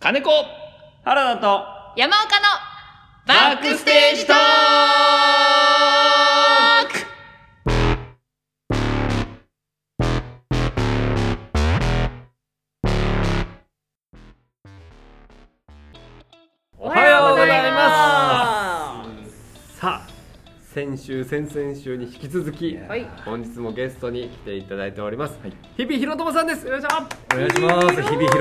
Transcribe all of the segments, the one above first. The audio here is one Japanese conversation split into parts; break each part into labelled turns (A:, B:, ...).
A: 金子
B: 原田と
C: 山岡の
A: バックステージトーク
B: お
C: はようございます
B: すさあ先週先々週に引き続き、
C: はい
B: 本日もゲストに来ていただいております、日々ひろともさんですよろしく
D: お願いします。日々ひ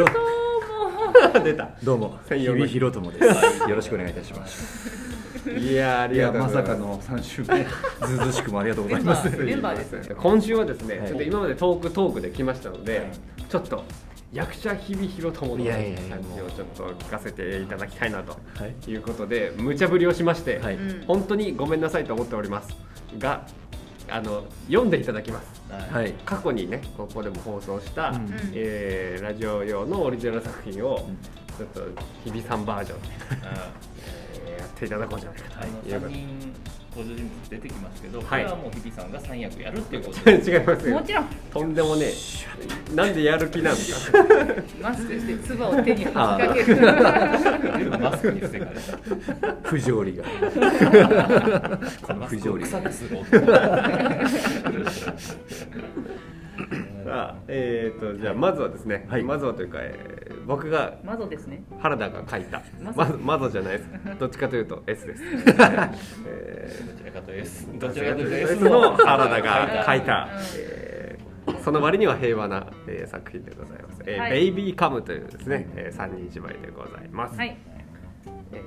D: ろ、
B: 出た
D: どうも、
B: 専
D: 日
B: 用の
D: 々ひろともです。よろしくお願いいたします。
B: いやーあ
D: い
B: りが
D: や、
B: とうご
D: ま
B: ざい
D: さ
B: ます
D: かの三週目、 ずうずうしくもありがとうござ います。
C: メンバーですね
B: 今週はですね、
D: はい
B: ちょっと今までトークトークで来ましたので、
D: はい
B: ちょっと役者日々ひろともの
D: いやいやいや
B: 感じをちょっと聞かせていただきたいなと
D: はい
B: いうことで無茶ぶりをしまして、
D: はい
C: うん
B: 本当にごめんなさいと思っておりますがあの読んでいただきます
D: はい、
B: 過去にねここでも放送した、
D: うん
B: えーラジオ用のオリジナル作品を
D: ん
B: ちょっと日比さんバージョンで、えーやっていただこうじゃないか
E: あの
B: というこ
E: 3人登場人物出てきますけど、
B: はい
E: これはもう日比さんが3役やるっていうこと
B: と
E: で
B: で 違いますよ
C: もちろん
B: とんでもねえなんでやる気なんですか
C: マスクして唾を手に吐きかける
E: 全部マスクにしてから
D: 不条理が。この
E: マ
D: 不
E: スク
D: 条
E: を
D: 理
E: 臭
D: が。
E: くする男
B: さあえー、とじゃあまずはですね、
D: はい
B: まずはというか、えー僕が
C: 窓ですね
B: 原田が書いた
C: まず
B: まずまずじゃないですどっちかというと S です、 えー
E: どちらかというと S どちらかというと S
B: の原田が書い
C: うん
B: た、えーその割には平和な、えー作品でございます「えー
C: はい
B: ベイビーカム」というですね、えー、三人芝居でございます、
C: はい
B: え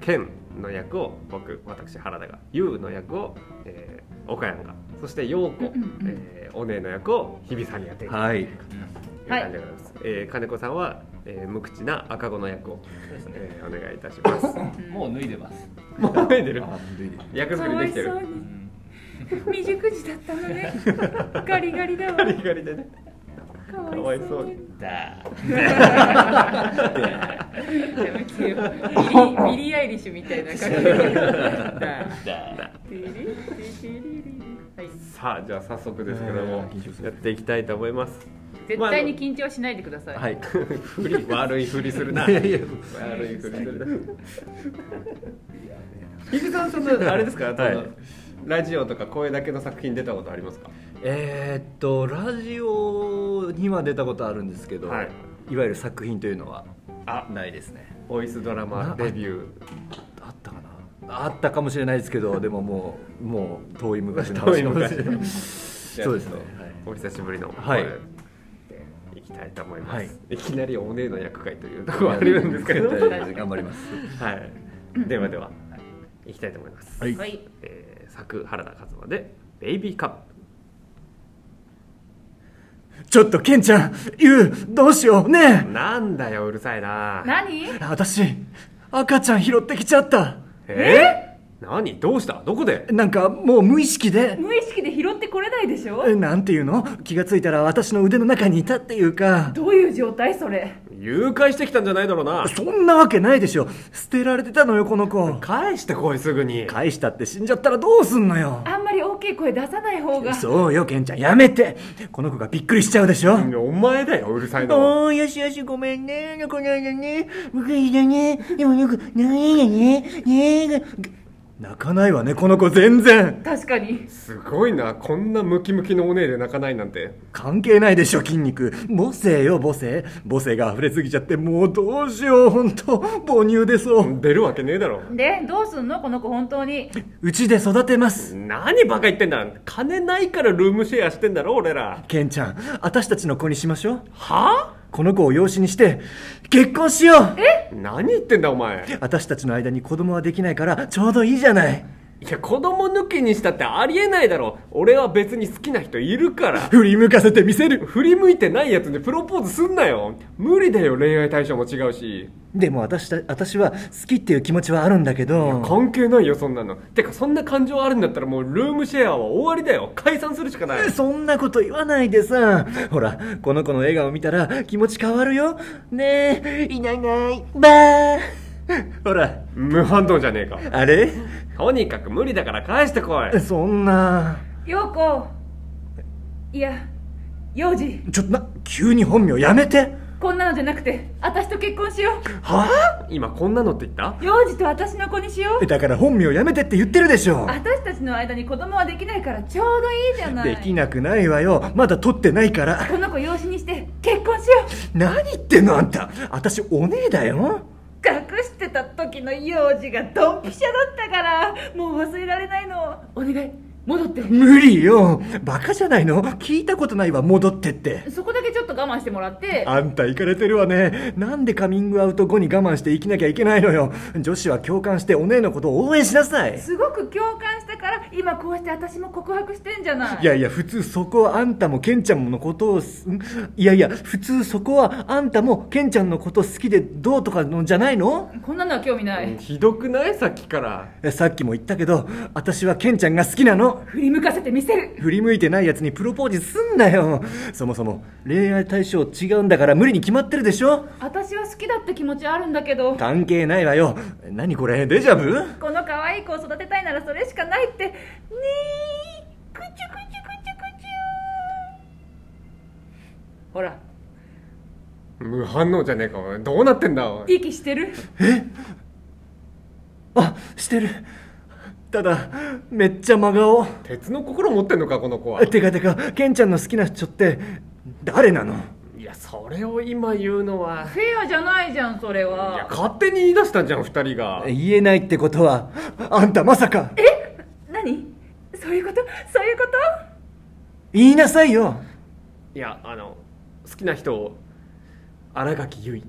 B: ー、ケンの役を僕私原田がユウの役を、えー、岡山がそして陽子、
C: うんうんうん
B: えーお姉の役を日比さんにやっているという
D: はい、
B: 感じでございます、えー金子さんは、えー無口な赤子の役を、
E: そうですね
B: えーお願いいたします
E: もう脱いでます、
B: もう出てる
D: あ、脱いで
B: 役
C: か
B: 作り
C: わ
B: で
C: い
B: きて
C: そ
B: る
C: うに未熟児だったのねガリガリだわ
B: ガリガリでね
C: か
B: かわいそうに
E: だー
C: やめてよビリビリーアイリッシュみたいな感じで
E: だー
C: はい
B: さあじゃあ早速ですけども、
D: えー緊張する
B: やっていきたいと思い ます
C: 絶対に緊張しないでください、
D: はい、
B: ふり悪いふりするな
D: いやいや
B: 悪いふりするな日比さんそのあれですか、
D: はい
B: そのラジオとか声だけの作品出たことありますか
D: えーっと、ラジオには出たことあるんですけど、
B: はい
D: いわゆる作品というのは。
B: あ
D: ないですね。
B: ボイスドラマデビュ
D: あったかな。あったかもしれないですけど、でももう、もう遠い昔の
B: ー
D: 話かもしれ ない。
B: 昔
D: そうですね。
B: お久しぶりの
D: はい
B: 声でいきたいと思います、
D: はいい、
B: きなりお姉の役会というところはあるんですけどは
D: 大丈夫です頑張ります。
B: いではでは、い、きたいと思います、
D: はい
C: はい
B: えー作原田和馬で「ベイビーカップ」
D: ちょっとケンちゃん、ゆう、どうしよう、ね
B: なんだようるさいな
C: 何
D: え。私、赤ちゃん拾ってきちゃった。
B: えー、何どうしたどこで
D: なんかもう無意識で、
C: 無意識で拾ってこれないでしょ
D: えなんていうの気がついたら私の腕の中にいたっていうか、
C: どういう状態それ
B: 誘拐してきたんじゃないだろうな
D: そんなわけないでしょ。捨てられてたのよ、この子。
B: 返してこいすぐに
D: 返したって死んじゃったらどうすんのよ。
C: あんまり大きい声出さない方が
D: そうよ、ケンちゃん、やめて。この子がびっくりしちゃうでしょ。
B: お前だようるさいの
D: おーよしよしごめんねこの間ね僕いだねでもよくないよねねえ泣かないわねこの子全然
C: 確かに
B: すごいなこんなムキムキのお姉で泣かないなんて
D: 関係ないでしょ筋肉母性よ母性母性が溢れすぎちゃってもうどうしよう本当母乳でそう
B: 出るわけねえだろ
C: でどうすんのこの子本当に
D: うちで育てます
B: 何バカ言ってんだ金ないからルームシェアしてんだろ俺ら
D: ケンちゃん私たちの子にしましょう
B: は
D: この子を養子にして結婚しよう
B: 何言ってんだお前
D: 私たちの間に子供はできないからちょうどいいじゃない
B: いや子供抜きにしたってありえないだろ俺は別に好きな人いるから
D: 振り向かせてみせる
B: 振り向いてないやつにプロポーズすんなよ無理だよ恋愛対象も違うし
D: でも私た私は好きっていう気持ちはあるんだけど
B: 関係ないよそんなのてかそんな感情あるんだったらもうルームシェアは終わりだよ解散するしかない
D: そんなこと言わないでさ。ほら、この子の笑顔見たら気持ち変わるよ。ねえ、いないいない、ばー。ほら、
B: 無反応じゃねえか
D: あれ
B: とにかく無理だから返してこい
D: そんな。
C: 陽子いや幼児
D: ちょっとな、急に本名やめて。
C: こんなのじゃなくて私と結婚しよ
B: はあ今こんなのって言った
C: う幼児と私の子にしよう
D: だから本名やめてって言ってるでしょ
C: 私たちの間に子供はできないからちょうどいいじゃない
D: できなくないわよまだ取ってないから
C: この子養子にして結婚しよ
D: 何言ってんのあんた私お姉だよ
C: う隠してた時の幼児がドンピシャだったからもう忘れられないのお願い戻って
D: 無理よバカじゃないの聞いたことないわ戻ってって
C: そこだけちょっと我慢してもらって
D: あんたイかれてるわねなんでカミングアウト後に我慢して生きなきゃいけないのよ女子は共感してお姉のことを応援しなさい
C: すごく共感したから今こうして私も告白してんじゃない
D: いやいや普通そこはあんたもケンちゃんのことをすんいやいや普通そこはあんたもケンちゃんのこと好きでどうとかのじゃないの
C: こんなのは興味ない
B: ひどくないさっきから
D: えさっきも言ったけど私はケンちゃんが好きなの
C: 振り向かせてみせる
D: 振り向いてないやつにプロポーズすんなよそもそも恋愛対象違うんだから無理に決まってるでしょ
C: 私は好きだって気持ちはあるんだけど
D: 関係ないわよ何これデジャブ
C: この可愛い子を育てたいならそれしかないってねえくちゅくちゅくちゅくちゅほら
B: 無反応じゃねえかおいどうなってんだおい
C: 息してる
D: あしてるただめっちゃ真顔
B: 鉄の心持ってんのかこの子は
D: てかてかケンちゃんの好きな人って誰なの
B: いやそれを今言うのは
C: フェアじゃないじゃんそれ
B: いや
C: は
B: 勝手に言い出したじゃん二人が
D: 言えないってことはあんたまさか
C: 何そういうことそういうこ
D: 言いなさいよ
B: いやあの好きな人を新垣結衣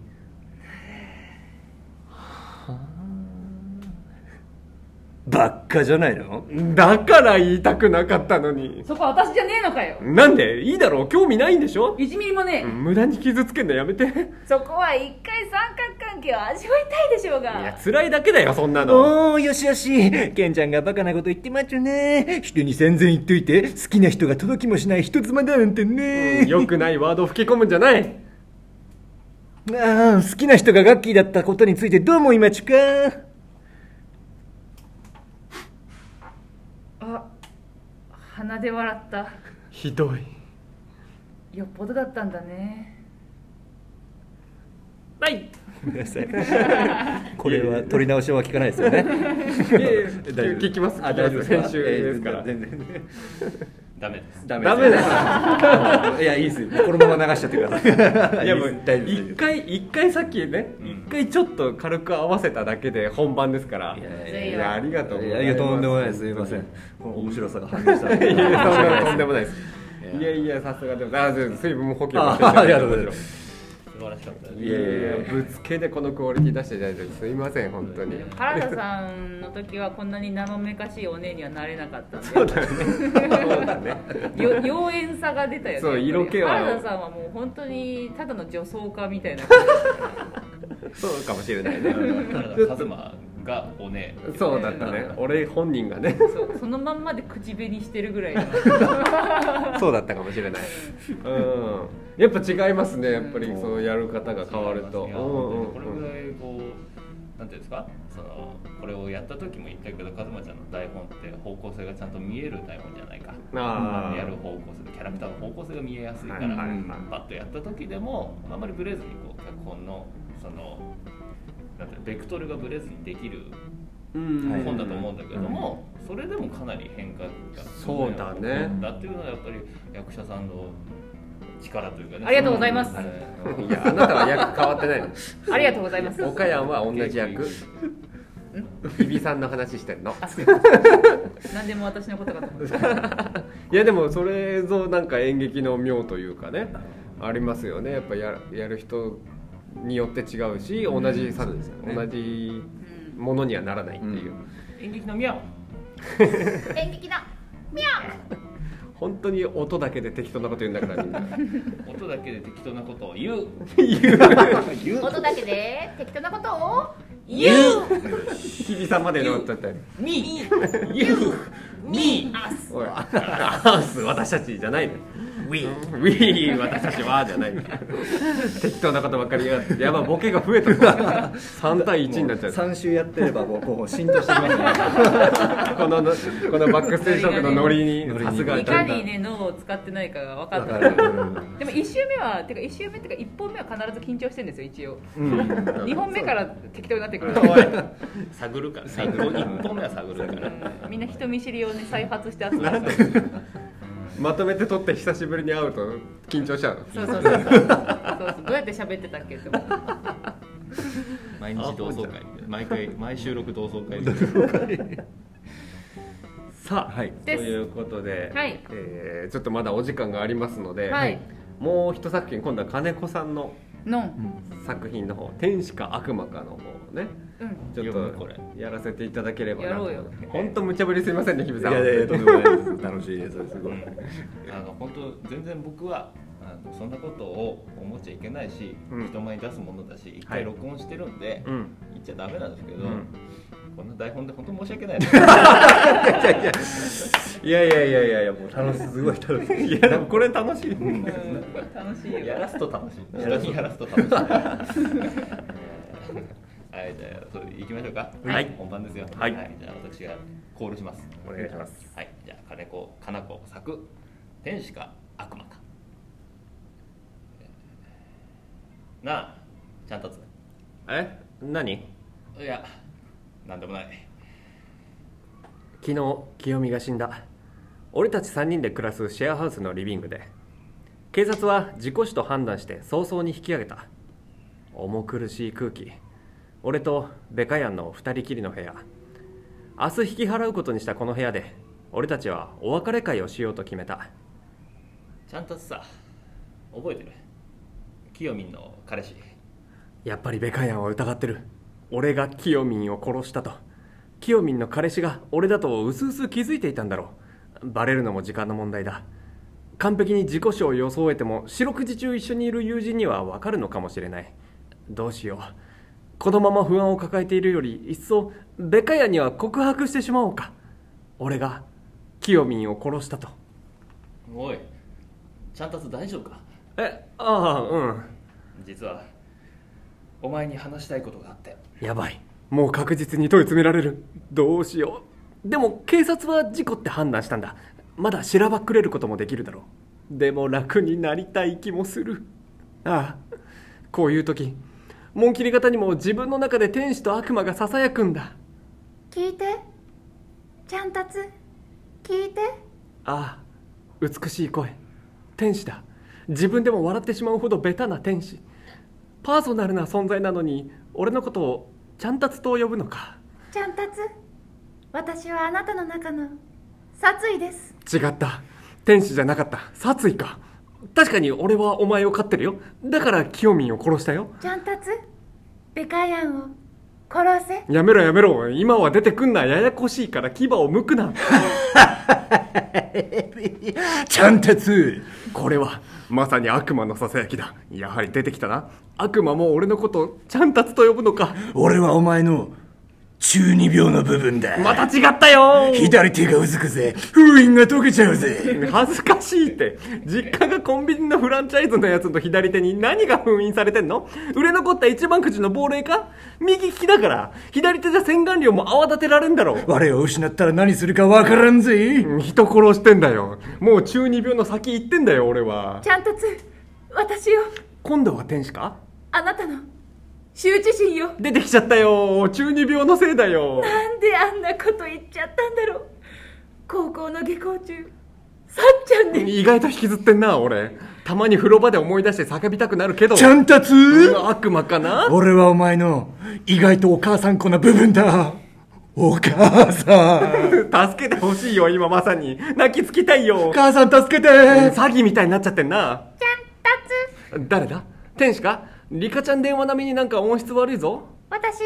D: ばっかじゃないの
B: だから言いたくなかったのに
C: とそこは私じゃねえのかよ
B: なんでいいだろう興味ないんでしょ
C: 1ミリもねえ、
B: 無駄に傷つけんのやめてい
C: そこは一回三角関係を味わいたいでしょう
B: や
C: が
B: 辛いだけだよそんなの
D: おーよしよしケンちゃんがバカなこと言ってまっちょね人に全然言っといて好きな人が届きもしない人妻だなんてね、
B: よくないワードを吹き込むんじゃない
D: ああ好きな人がガッキーだったことについてどう思いまちゅか
C: あ鼻で笑った
B: ひどい
C: よっぽどだったんだね
B: はい
D: ごめんなさい これは取り直しは聞かないですよね 大丈夫
B: 聞きます
E: あ
B: 聞
E: 大
B: き
E: 丈夫
B: ま
E: ですすか
B: 先週ですから
E: えー全然全然ダメです
B: メ
E: ダ
B: ダ
E: メ
B: メ
E: で
B: ですす
E: いやいいですよこのまま流しちゃってください
B: いや
E: い
B: もう
E: です大丈夫です
B: 一回一回さっきね
E: うん
B: 一回ちょっと軽く合わせただけで本番ですから
E: い
B: い
E: やい
C: やいや
B: やありがとうござい
E: い
B: ます
E: やいやとんでもないですすいませんこの面白さが反映した
B: いやいやとんでもないとんでもないです
E: いや
B: いやいやさすがでもあ全然水分補給もして
E: あありがとうございますす素晴らしかったです
B: いやいやいやぶつけでこのクオリティ出していただいてすいません本当に
C: 原田さんの時はこんなに生めかしいお姉にはなれなかったんで
B: そうだよねそうだね
C: よ妖艶さが出たよね
B: そう色気は
C: 原田さんはもう本当にただの女装家みたいな感
B: そうかもしれないね
E: 原田一馬がおね
B: そうだったね俺本人がね
C: じそうそのまんまで口紅してる ぐらいの
B: そうだったかもしれないうんやっぱ違いますねやっぱりそのやる方が変わると
E: いや
B: うん
E: 本当にこれぐらいこうなんていうんですかそのこれをやった時も言ったけど和馬ちゃんの台本って方向性がちゃんと見える台本じゃないか
B: あー
E: やる方向性キャラクターの方向性が見えやすいから、
B: はいはいはい
E: パッとやった時でもあんまりブレずにこう脚本のそのなんていうのベクトルがブレずにできる
B: うん
E: 本だと思うんだけども、それでもかなり変化が
B: そうだね
E: だっていうのはやっぱり役者さんの力というかね
C: ありがとうございます
E: そのはい
B: いやあなたは役変わってないの
C: ありがとうございます
B: 岡山は同じ役日比さんの話してんの
C: あすい何でも私のことかと 思って
B: いやでもそれぞなんか演劇の妙というかねありますよねやっぱややる人によって違うし同じさ、
E: そうですよね
B: 同じものにはならないっていう、
E: 演劇の妙
C: 演劇だ
B: 本当に音だけで適当なこと言うんだからみん な
E: 音だけで適当なことを言う
C: 音だけで適当なことを
E: 言う
B: 日比さんまでのっちゃったり
E: me you me us
B: おいアース私たちじゃないの、
D: ウィー
B: ウィー私たちはじゃない適当なことばっかり言いやがってやばいボケが増えた3対1になっちゃう
D: 3週やってればもうこう浸透してきますね
B: こののこのバックステージトークのノリ
D: ノ
B: に
D: リに
B: さすが
C: いかにね脳を使ってないかが分か
D: だ
C: った
D: か
C: かららでも1周目はてか1周目っていうか1本目は必ず緊張してるんですよ一応
B: うん
C: 2本目から適当になってくる
E: 探るから一本一本目は探るから
C: うんみんな人見知りをね再発して集まる
B: まとめて撮って久しぶりに会うと緊張しちゃうの
C: そうそうそうそうそうそうどうやって喋ってたっけって思う
E: 毎日同窓会みたいな毎回毎収録同窓会みたい
B: さあ、
D: はい
B: ということで、
C: はい
B: えーちょっとまだお時間がありますので、
C: はい
B: もう一作品今度は金子さんの
C: の
D: うんん
B: 作品の方「天使か悪魔か」の方をね
C: うん
B: ちょっ
E: 読むこれ
B: とやらせていただければな
C: や
B: と
C: ろうよ
B: 本当無茶ぶりすみませんね日比
D: い
B: さん
D: やいやいやとんでもないです楽しいですすごい
E: なあの本当全然僕はあのそんなことを思っちゃいけないし、
B: うん
E: 人前に出すものだし一
B: はい
E: 回録音してるんで、
B: うん
E: 言っちゃダメなんですけど、
B: うん
E: こんな台本で本当申し訳ないです
D: いやいやいやいやいやもう楽しいすごい楽しい
B: いやでもこれ楽しい、
C: 楽しいよ
E: やらすと楽しい
D: や
E: 人
D: らす
E: にやらすと 楽しいはいじゃあそれ行きましょうか
B: はい
E: 本番ですよ
B: はい
E: じゃあ私がコールします
B: お願いします
E: はいじゃあ金子かな子作天使か悪魔かなあちゃんたつ
B: え何
E: いやなんでもない
B: 昨日清美が死んだ俺たち3人で暮らすシェアハウスのリビングで警察は事故死と判断して早々に引き上げた重苦しい空気俺とベカヤンの2人きりの部屋明日引き払うことにしたこの部屋で俺たちはお別れ会をしようと決めた
E: ちゃんたつさ覚えてるきよみんの彼氏
B: やっぱりベカヤンは疑ってる俺がキヨミンを殺したとキヨミンの彼氏が俺だとうすうす気づいていたんだろうバレるのも時間の問題だ完璧に自己死を装えても四六時中一緒にいる友人には分かるのかもしれないどうしようこのまま不安を抱えているよりいっそベカヤンには告白してしまおうか俺がキヨミンを殺したと
E: おいちゃんたつ大丈夫か
B: えああうん
E: 実はお前に話したいことがあって
B: やばいもう確実に問い詰められるどうしようでも警察は事故って判断したんだまだしらばっくれることもできるだろうでも楽になりたい気もするああこういう時紋切り方にも自分の中で天使と悪魔がささやくんだ
F: 聞いてちゃんたつ聞いて
B: ああ美しい声天使だ自分でも笑ってしまうほどベタな天使パーソナルな存在なのに俺のことをちゃんたつと呼ぶのか
F: ちゃんたつ私はあなたの中の殺意です
B: 違った天使じゃなかった殺意か確かに俺はお前を飼ってるよだからキヨミンを殺したよ
F: ちゃんたつベカヤンを殺せ
B: やめろやめろ今は出てくんなややこしいから牙を剥くな
D: ちゃんたつ
B: これはまさに悪魔のささやきだやはり出てきたな悪魔も俺のことをちゃんたつと呼ぶのか
D: 俺はお前の中二病の部分だ
B: また違ったよ
D: 左手がうずくぜ封印が解けちゃうぜ
B: 恥ずかしいって実家がコンビニのフランチャイズのやつの左手に何が封印されてんの売れ残った一番くじの亡霊か右利きだから左手じゃ洗顔料も泡立てられんだろう
D: 我を失ったら何するかわからんぜ
B: 人殺してんだよもう中二病の先行ってんだよ俺は
F: ちゃんたつ私を
B: 今度は天使か
F: あなたの羞恥心を
B: 出てきちゃったよ中二病のせいだよ
F: なんであんなこと言っちゃったんだろう高校の下校中さっちゃんに
B: 意外と引きずってんな俺たまに風呂場で思い出して叫びたくなるけど
D: ちゃんたつ
B: うん悪魔かな
D: 俺はお前の意外とお母さんこな部分だお母さん
B: 助けてほしいよ今まさに泣きつきたいよ
D: お母さん助けて
B: 詐欺みたいになっちゃってんな
F: ちゃんたつ
B: 誰だ天使かリカちゃん電話並みになんか音質悪いぞ
F: 私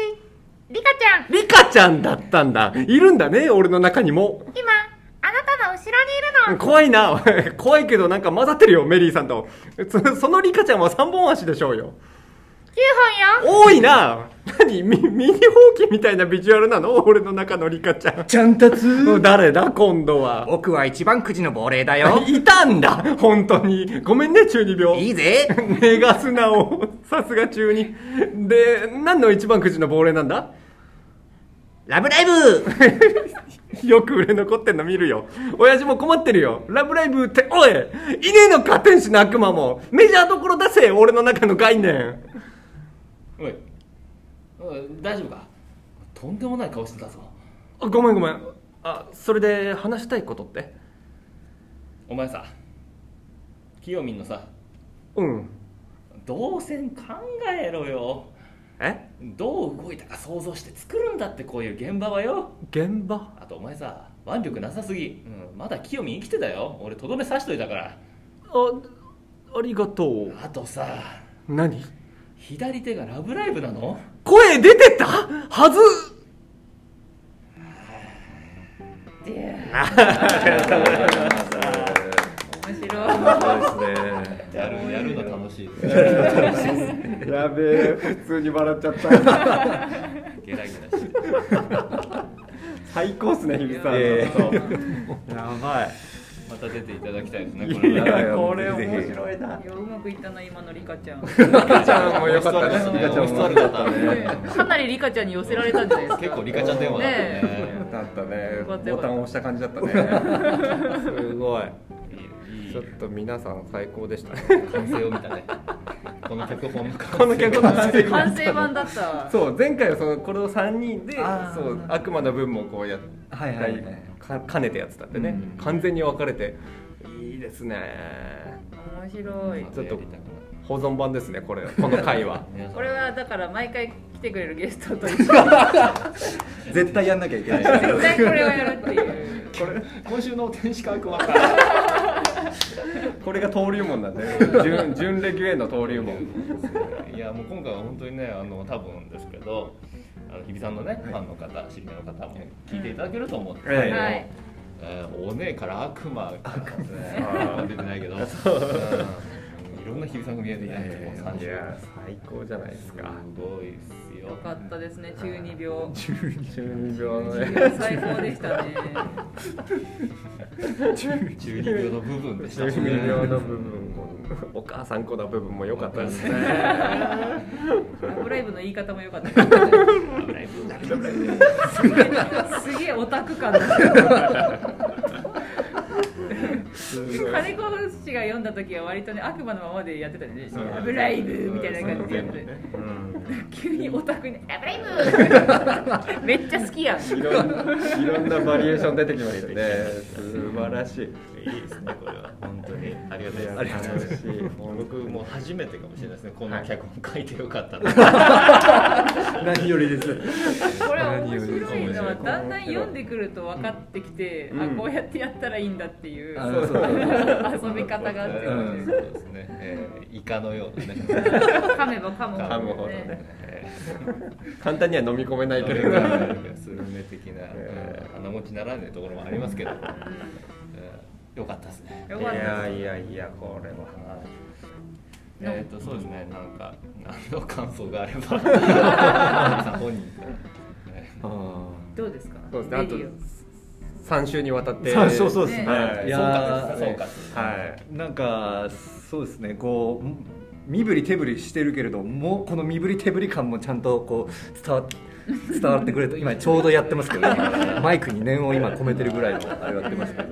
F: リカちゃん
B: リカちゃんだったんだいるんだね俺の中にも
F: 今あなたの後ろにいるの
B: 怖いな 怖いけどなんか混ざってるよメリーさんとそそのリカちゃんは三本足でしょうよ
F: 9本よ
B: 多いな何ミミニホーキみたいなビジュアルなの俺の中のリカちゃん
D: ちゃんたつ
B: うん誰だ今度は
G: 僕は一番くじの亡霊だ よ
B: いたんだ本当にごめんね中二病
G: いいぜ
B: 目が素直さすが中にで何の一番くじの亡霊なんだ
G: ラブライブ
B: よく売れ残ってんの見るよ親父も困ってるよラブライブっておいいねえのか天使の悪魔もメジャーどころ出せ俺の中の概念
E: おいおい大丈夫かとんでもない顔してたぞ
B: あごめんごめんあそれで話したいことって
E: お前さきよみんのさ
B: うん
E: 動線考えろよ
B: え
E: どう動いたか想像して作るんだってこういう現場はよ
B: 現場
E: あとお前さ腕力なさすぎ、うん、まだ清見生きてたよ俺とどめ刺しといたから
B: あありがとう
E: あとさ
B: 何
E: 左手がラブライブなの
B: 声出てたはず面白い
E: やるやるの楽 しい
B: やべえ普通に笑っちゃった
E: ゲラゲラして
B: 最高っすね日比さんのやばい
E: また出ていただきたいですねこ
B: い
E: れは
B: や これ面白いない
C: やうまくいったな今のリカちゃん
B: リカちゃんもよかったねリカちゃんも
E: おしとやかったね
C: かなりリカちゃんに寄せられたんじゃないですか
E: 結構リカちゃん電話だったよね
B: だったね
C: よかったよ
B: ボタ
C: かった
B: ンを押した感じだったねすごい
E: いいいい
B: ちょっと皆さん最高でしたね
E: 完成を見たねこの脚本の
B: この脚本
C: ね完成版だった
B: そう前回はそのこれを3人で
D: あー
B: そう悪魔の分もこうやった
D: はいはいはい
B: か兼ねてやってたんでね、
E: うん
B: 完全に分かれていいですね
C: 面白い
B: ちょっと
E: やりたくなる
B: 保存版ですねこれこの回は
E: 皆さん
C: これはだから毎回来てくれるゲストと一緒に
D: 絶対やんなきゃいけな い
C: 絶対これをやるって いう
E: これ今週の天使科学は
B: これが登竜門 なんで準準レギュエの登竜門
E: いやもう今回は本当にねあの多分ですけどあの日比さんのね、ファンの方知り合いの方も聞いていただけると思って、
B: はい
C: はい
E: えーお姉から悪魔からねあー出てないけど、 うんいろんな日比さんが見えてきたねもう30
B: いや最高じゃないです
E: す
B: か
E: ごいっすよ
C: よかったですね中二病
B: 準病のね
C: 最高でしたね
E: 中二病の部分でしたもん
B: 準
E: ね
B: 病 の部分もお母さん子の部分も良かったですね
C: ラブライブの言い方も良かったですねすげえオタク感だ金子氏が読んだ時は割とね悪魔のままでやってたよね「ラブライブ!」みたいな感じでやって急にオタクに「ラブライブ!」めっちゃ好きやん
B: いろんないろんなバリエーション出てきましたね素晴らしい
E: いいですねこれは本当にありがとうございます
B: ありがとうございます
E: 僕もう初めてかもしれないですねこんな脚本書いてよかったな
D: 何よりです
C: これは面白いのはだんだん読んでくると分かってきて、
B: うん
C: あこうやってやったらいいんだっていう、
D: あそうそう
C: 遊び方があって
E: う
C: 面
E: ん
C: 白い
E: そうですね、えーイカのようなね
C: 噛めば噛むほどね
B: 噛むほどね簡単には飲み込めないけれど
E: スルメ的な
B: え
E: 鼻持ちならぬところもありますけど、えーよかったですね。
C: よかったです
B: いやいやこれは
E: えっ、とそうですね、なんか何の感想があれば本人から、え
C: どうですか
B: そうですね
C: レ
B: あ
C: デ
B: と
C: ィ
B: 3週にわたって
D: そうそうそうですね
B: はい
E: ー
D: やー
E: そうかそうか、
B: は
D: なんかそうですねこう身振り手振りしてるけれどもこの身振り手振り感もちゃんとこう伝わっ伝わってくれて今ちょうどやってますけ ど今マイクに念を今込めてるぐらいのあれやってますけど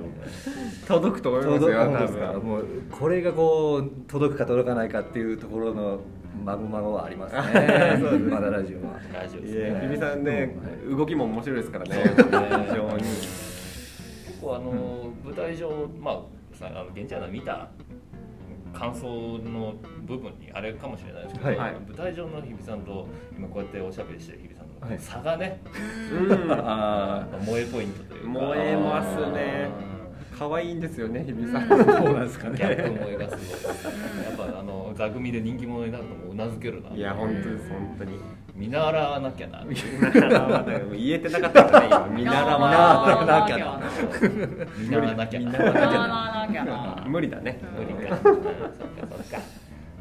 B: 届くと思い
D: ちょ
B: ま
D: う
B: す
D: ど
B: よ
D: 本当
B: 多
D: ですか
B: 分
D: もうこれがこう届くか届かないかっていうところのまごまごはあります ねまだラジオは。
E: ラジオです
B: い
E: ね。
B: や日比さんね動きも面白いですからね非常に
E: 結構あの、舞台上まあさあの現地アナ見た感想の部分にあれかもしれないですけど、
D: はいはい
E: 舞台上の日比さんと今こうやっておしゃべりしてる日比さん
D: は
E: の
D: い
E: 差がね、
B: うん
D: あ
E: なんか萌えポイントというか
B: 燃えますね可愛いんですよね日比さん
D: あそうなんですか
E: ギャップ
D: ね
E: 萌えがすごいやっぱあの座組で人気者になるのもうなずけるない
B: や本当です本当に
E: 見習わなきゃな 見
B: 見習わない言えてなかったからね今見
C: オ
B: 習わ
D: わなきゃ
C: な
E: 習わなきゃな
C: なななきゃな
B: 無理だね
E: 無理かうんそっかそっか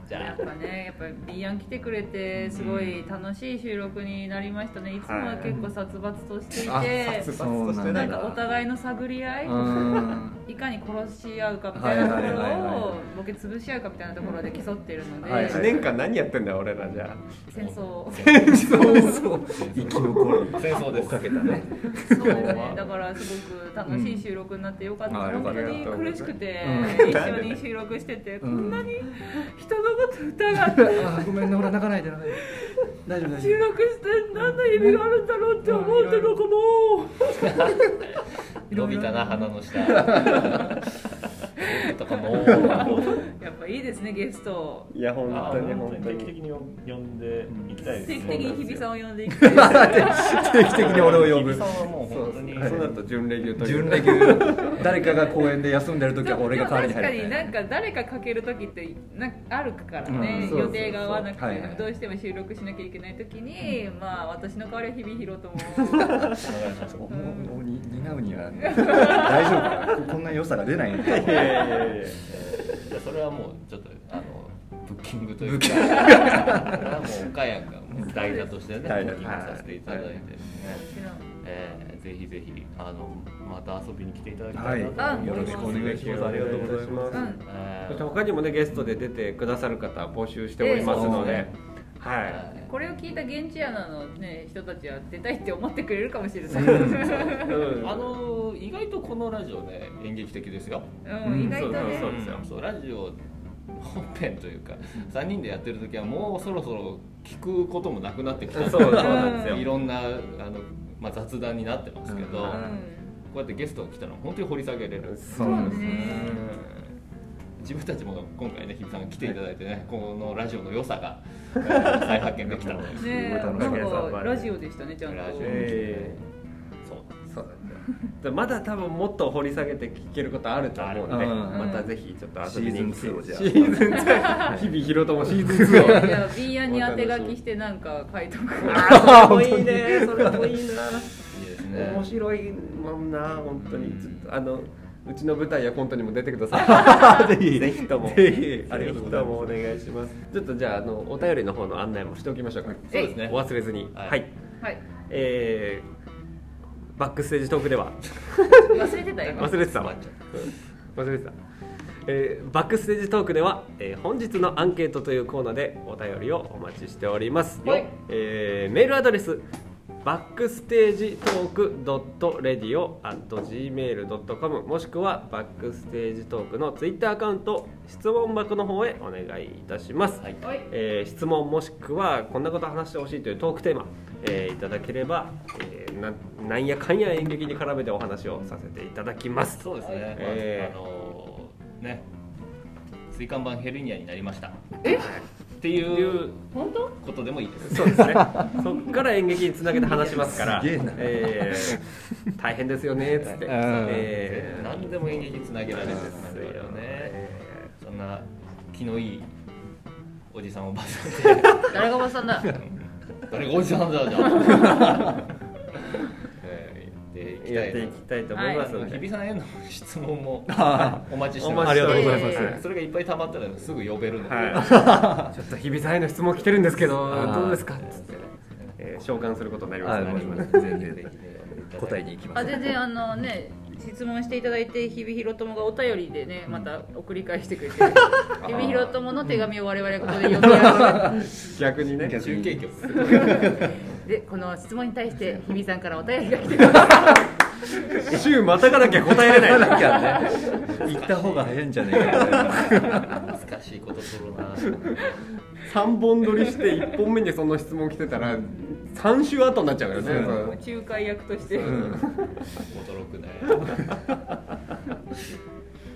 E: じ
C: や
E: ゃ
C: っぱねやっぱ B 案来てくれてすごい楽しい収録になりましたねいつもは結構殺伐としていて、
D: そうなん
C: なん
D: だ
C: かお互いの探り合い、
D: うん
C: いかに殺し合うかみたいなところを、
D: はいはいはいは
C: ボケ潰し合うかみたいなところで競っているので、
D: はい
B: 1年間何やってんだよ俺らじゃ
C: 戦争を
D: そうそう生き残る
E: あ戦争ですかけたね
C: そうですねだからすごく楽しい収録になってよかった、
D: うんあよか
C: 本
D: った
C: 当に苦しくて、
D: うん
C: 一緒に収録してて、こ
D: ん
C: んなに人のこと疑って
D: あごめんね俺泣かないで大丈夫大丈
C: 収録して何の意味があるんだろうって思ってたのかも
E: 伸びたな鼻の下とかも
C: やっぱいいですねゲストを
B: んいや本当に本当
E: 定期的
B: に
E: に呼んでいきたいです
C: 定期的に日比さん
E: を
C: を呼んでいくという
D: 夫定期的に俺を呼ぶ
E: さんはもう本当に
B: そうなると準レギュという
D: 準
B: か
D: レギ誰かが公園で休んでる時は俺が代わりに入る
C: でも確かになんか誰かかける時ってなんかあるから
D: う
C: ね
D: ん、そうそうそう
C: 予定が合わなくて、
D: はいはい
C: どうしても収録しなきゃいけない時に、まあ私の代わりは日々拾うと思
D: もうもうに担うにはね 大丈夫かなこんな良さが出ないね
B: いやいやいや
E: じゃあそれはもうちょっとあのブッキングというかそれはもう岡山がもう代打としてねブ
D: 代打
E: ッキングさせていただいてね、
C: う
E: えー、ぜひぜひあのまた遊びに来ていただきたいなと思います、
C: は
D: よろしくお願いします
B: ありがとうございます、
C: うん
E: え
B: そして
E: ー
B: 他にもねゲストで出てくださる方募集しておりますので、は
C: これを聞いた現地アナの、ね、人たちは出たいって思ってくれるかもしれない、
B: い、うん
E: あの意外とこのラジオね演劇的ですよ
C: うん、意外とね
B: そうですよ
E: そうラジオ本編というか3人でやってる時はもうそろそろ聞くこともなくなってきた
B: そうそうなんですよ
E: いろんなあの、まあ、雑談になってますけど、
D: うん
E: こ
C: うん
E: うやってゲストが来たら本当に掘り下げれる、
D: そうなんです
E: うん
C: ね
E: 自分たちも今回ね日比さんが来ていただいてねこのラジオの良さ がえー再発見できたので、
C: ね
D: すごい楽し
C: な
D: み
C: ん
D: です
C: かラジオでしたねちゃんと
E: ラジオ
B: え
E: そう
D: そう
B: ーまだ多分もっと掘り下げて聞けることあると思うんで、
D: うん
B: またぜひちょっと遊びに来て
D: シーズン2をじゃあ
B: シーズン2日 々ひろともシーズン2を
C: いや B 案に当て書きしてなんか書 いとく
B: ああそれもいいねそれもいいな
E: いいですね
B: 面白いもんな本当にずっとあのうちの舞台やコントにも出てください ぜひぜひとも
D: ぜひ
B: ありがとうございますお願いしますちょっとじゃああのお便りの方の案内もしておきましょうか、
E: そうですね
B: お忘れずには、
E: はいい
C: はい
B: えーバックステージトークでは
C: 忘れてた今
B: 忘れてたわ忘れてた、えーバックステージトークでは、えー本日のアンケートというコーナーでお便りをお待ちしております、
C: はい
B: えーメールアドレスバックステージトークドットレディオ gmail.com もしくはバックステージトークのツイッターアカウント質問箱の方へお願いいたします、
E: はい
C: はい
B: えー質問もしくはこんなこと話してほしいというトークテーマ、えーいただければ、えーななんやかんや演劇に絡めてお話をさせていただきます
E: そうですね、まあ
B: えー
E: あのーね椎間板ヘルニアになりましたっていう
C: 本当
E: ことでもいいです
B: そうですね。そっから演劇につなげて話しますから。
D: すげえな
B: えー大変ですよねっつって。
D: うん
B: えー
E: 何でも演劇につなげられるんです
B: そうです
E: よ
B: よ
E: ね
B: ね。
E: そんな気のいいおじさんおばさんで
C: 誰がおばさんだ
E: 誰がおじさんだじゃんえーやっていきた
B: やっ
E: い
B: ていきたいと
E: な
B: 思いますの
E: 日
B: で。
E: 比さんへの質問もお待ちして
B: お
E: ま
B: 待
E: す
B: ちしており
C: お待ちしており
B: ま。
C: ます
E: それがいっぱい溜まったらすぐ呼べるので、
B: はい。ちょっと日比さんへの質問来てるんですけど
D: あー
B: どうですかっつって、えー召喚することになります
D: はい
B: の
D: も
B: で
D: ちろん全然答えに行きま
C: あ
D: す
C: 全然あのね質問していただいて日々ひろともがお便りでねまた送り返してくれて 日々ひろともの手紙を我々がここで読み上 げる
B: 逆にね。
E: 中継局
C: でこの質問に対して日々さんからお便りが来てくれた
B: 週またがなきゃ答えれない。
D: なきゃね行った方が早いんじゃねえか
E: 難しいことするな
B: 三本撮りして一本目にその質問来てたら三週後になっちゃうからね。
D: うん
C: 仲介役として、
E: 驚くね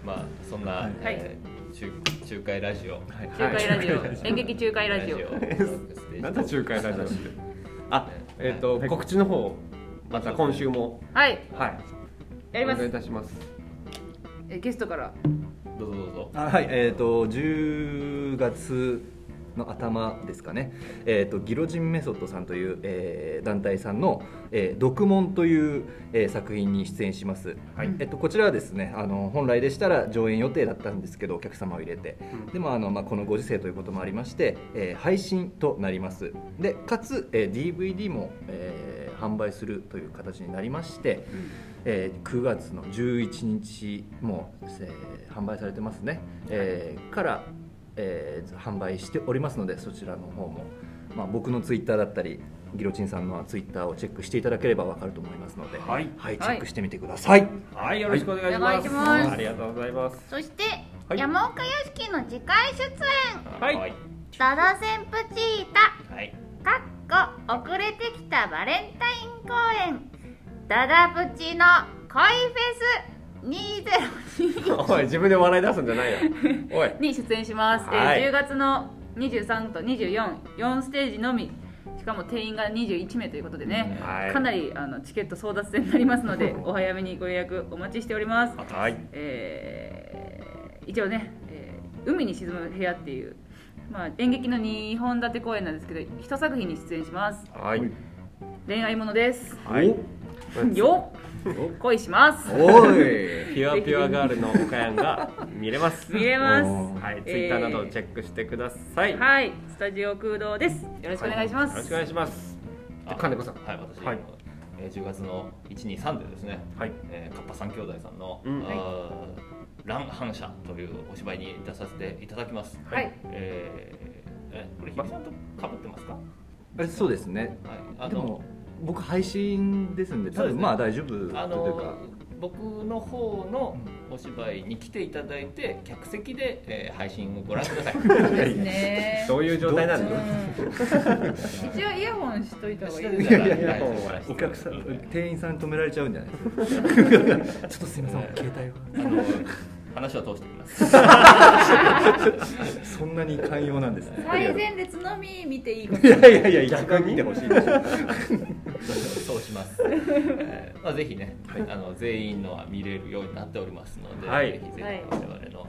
E: まあそんな、えー中中華ラジオ、
C: 仲介ラジオ演劇仲介ラジオ
B: なんだ仲介ラジオって。あ、えっ、と、告知の方、また今週も。
C: はい
B: はい。
C: やりま
B: お願い
C: す
B: いたします。
C: えゲストから
E: どうぞどうぞ
D: あはいえっ、と10月の頭ですかね、えー、とギロジンメソッドさんという、えー団体さんの「えー、毒門」という、えー作品に出演します、
C: はい
D: えっと、こちらはですねあの本来でしたら上演予定だったんですけどお客様を入れて、でもあの、まあ、このご時世ということもありまして、えー配信となりますでかつ、えー DVD も、えー販売するという形になりまして、えー9月の11日も、えー販売されてますね、えーから、えー販売しておりますのでそちらの方も、まあ、僕のツイッターだったりギロチンさんのツイッターをチェックしていただければ分かると思いますので、
E: はい
D: チェックしてみてください、
E: はい、よろしくお願いし
A: お
E: ます。
A: 願いします
E: ありがとうございます。
A: そして、
D: はい
A: 山岡良樹の次回出演
E: はい。はい。
A: ダダセンプチータかっこ遅れてきたバレンタイン公演ダダプチの恋フェス2022
B: おい自分で笑い出すんじゃないよおい
C: に出演します、えー
B: はい
C: 10月の23と244ステージのみしかも定員が21名ということでね、
B: はい
C: かなりあのチケット争奪戦になりますの でお早めにご予約お待ちしております、
B: はい
C: えー一応ね、えー海に沈む部屋」っていう、まあ、演劇の2本立て公演なんですけど一作品に出演します
B: はい
C: 恋愛ものです
B: はい
C: よっ恋します
D: おい
B: ピュアピュアガールの岡山が見れます
C: 見れます
B: はいツイッターなどをチェックしてくださいよ
C: はいスタジオ空洞ですよろしくお願いします、
B: ろしくお願いします
E: あ
B: 金子さん
E: はい、私。
B: はい
E: えー10月の123でですね、
B: はい
E: えー、カッパ三兄弟さんの、
B: うん
E: あー乱反射というお芝居に出させていただきます。
C: はい。
E: えー、えこれひびさんと被ってますか？はい。
D: あれそうですね
E: あ
D: でも
E: の
D: 僕配信ですんで多
E: そうです
D: 分
E: ね
D: まあ大丈夫という
E: あ
D: か
E: の僕の方のお芝居に来ていただいて客席で、えー、配信をご覧ください。
C: ですね
B: どういう状態なの
C: うん一応イヤホンしといた方がいいです
E: いや
C: ね
E: いやいや
D: お客さん店員さん止められちゃうんじゃないですか ちょっとすいません携
E: あ
D: 帯
E: の話は通してきます。
D: がそんなに寛容なんですね
C: 最前列のみ見ていいこと
D: いやいやいや逆に見てほしいです
E: そうします。えーまあぜひね、あの全員のは見れるようになっておりますので、
B: はい
E: ぜひぜひ
C: はい
E: 我々の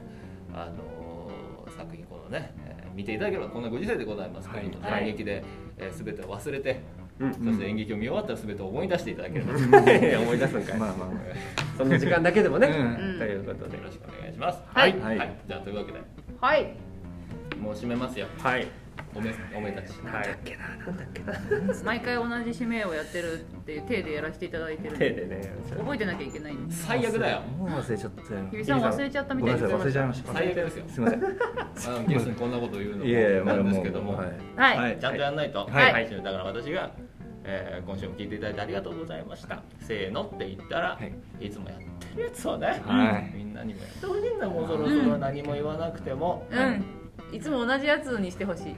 E: あのー作品このね、えー見ていただければこんなご時世でございますけども、
C: はい
E: 演劇で、えー、全てを忘れて、
B: うん
E: そして演劇を見終わったら全てを思い出していただければ、よ
B: 思い出すんかい
D: まあまあ ま
B: その時間だけでもね
D: うん
B: ということで
E: ろしくお願いします。
C: はい
E: は。
D: はいい
E: じゃあというわけで
C: はい
E: もう締めますよ。
B: はい
E: おめおめたち。
B: はい
C: 毎回同じ使命をやってるっていう体でやらせていただいてるん
B: 手
C: で
B: でね
C: 覚えてなきゃいけないんです
E: 最悪だよ
D: あ。もう忘れちゃったよ
C: 日比さん忘れちゃったみ
D: ご
C: た
D: め
C: い
D: んなさい忘れちゃいました
E: 最悪ですよ。
D: すいません
E: あのゲストにこんなこと言うの
D: いやいや
E: もなんですけども。
D: はい
C: はい、
D: はい
E: ちゃんとやんないと、
D: はい
E: はいだから私が、えー今週も聞いていただいてありがとうございましたせーのって言ったら、、
D: はい
E: つもやってるやつをね、
D: はい
E: みんなにもやってほしいんだもうそろそろ何も言わなくても、
C: うんいつも同じやつにしてほしい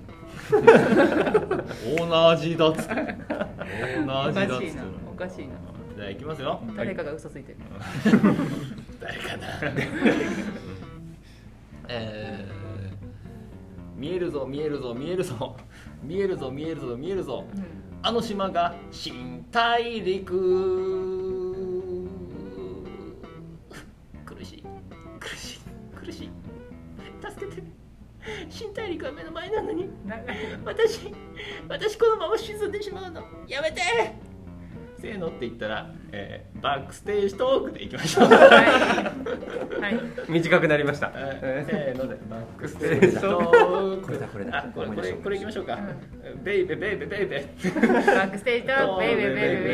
E: 同じだっつって同じだっつって
C: おかしいな
E: じゃあいきますよ、
C: 誰かが嘘ついてる、
E: 誰かな えー見えるぞ見えるぞ見えるぞ見えるぞ見えるぞ見えるぞ、あの島が新大陸苦しい苦しい苦しい助けて新大陸は目の前なのに私私このまま沈んでしまうのやめてせーのって言ったら、えーバックステージトークでいきましょう、
C: はい、
B: 短くなりました
E: えーせーのでバックステージトーク
D: これだこれだ
E: あこれこれこれいきましょうか、
C: う
E: ベイベベイベベイベ
C: バックステージトークベイベーベイベーベイベ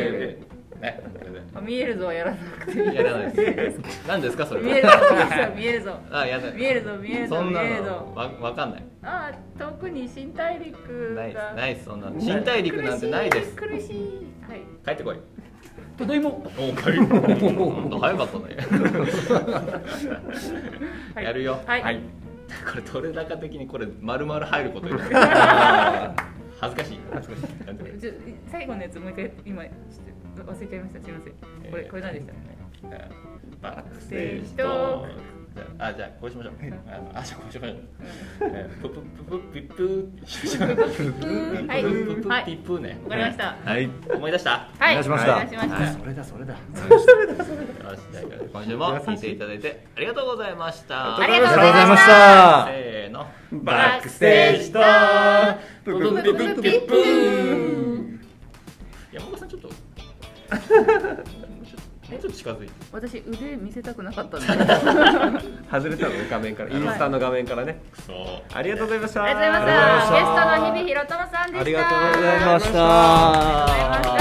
C: ー
E: ねこれで
C: あ見えるぞやらなくて
E: やらないです。何ですかそれは。
C: 見えるぞ見えるぞ
E: あやだ。
C: 見えるぞ見えるぞ
E: そんな
C: 見える
E: の
C: ぞ
E: わわかんない。
C: あー遠くに新大陸
E: ないです
C: が
E: ないですそんなの新大陸なんてないです。
C: 苦しい苦しいはい
E: 帰ってこい。ただいま。お帰り。なんだ早かったね。
C: はい
E: やるよ。
C: はい
E: これ取れ高的にこれ丸々入ることになる。恥ずかしい。恥ずかしい。やってくれ
C: ちょ最後のやつもう一回今ちょっと忘れちゃいましたすみませんこれこれ何でした
E: えーバックス
C: ステ
E: テー
C: ー
E: ジ
C: ジ
E: ト
C: ト
E: ー
C: ーク
E: クじゃああじゃあこうしましょうああじゃあこうしましょうえーププププピップー
C: はい
E: ププププ
C: はい
E: ピップーね
C: わかりました
D: はい
E: 思い出した
C: はい
D: お願いしました
C: お願いしました
B: それだそれだ
E: よしじゃあ今週も聞いていただいてありがとうございました
C: ありがとうございました
D: ありがとうございました
E: せーの
D: バックステージと
E: プ
D: ブブブ
E: ププ
D: ブ
E: プ
D: ブ
E: プ
D: ブ
E: プ山岡さんちょっともうちょっともうちょっと近づいて
C: 私腕見せたくなかったんでありがとうござい
B: 外れたのね画面からインスタの画面からね
E: くそ
B: ありがとうございました
C: ましたゲストの日々ひろともさんでした
D: ありがとうございました
C: ありがとうございました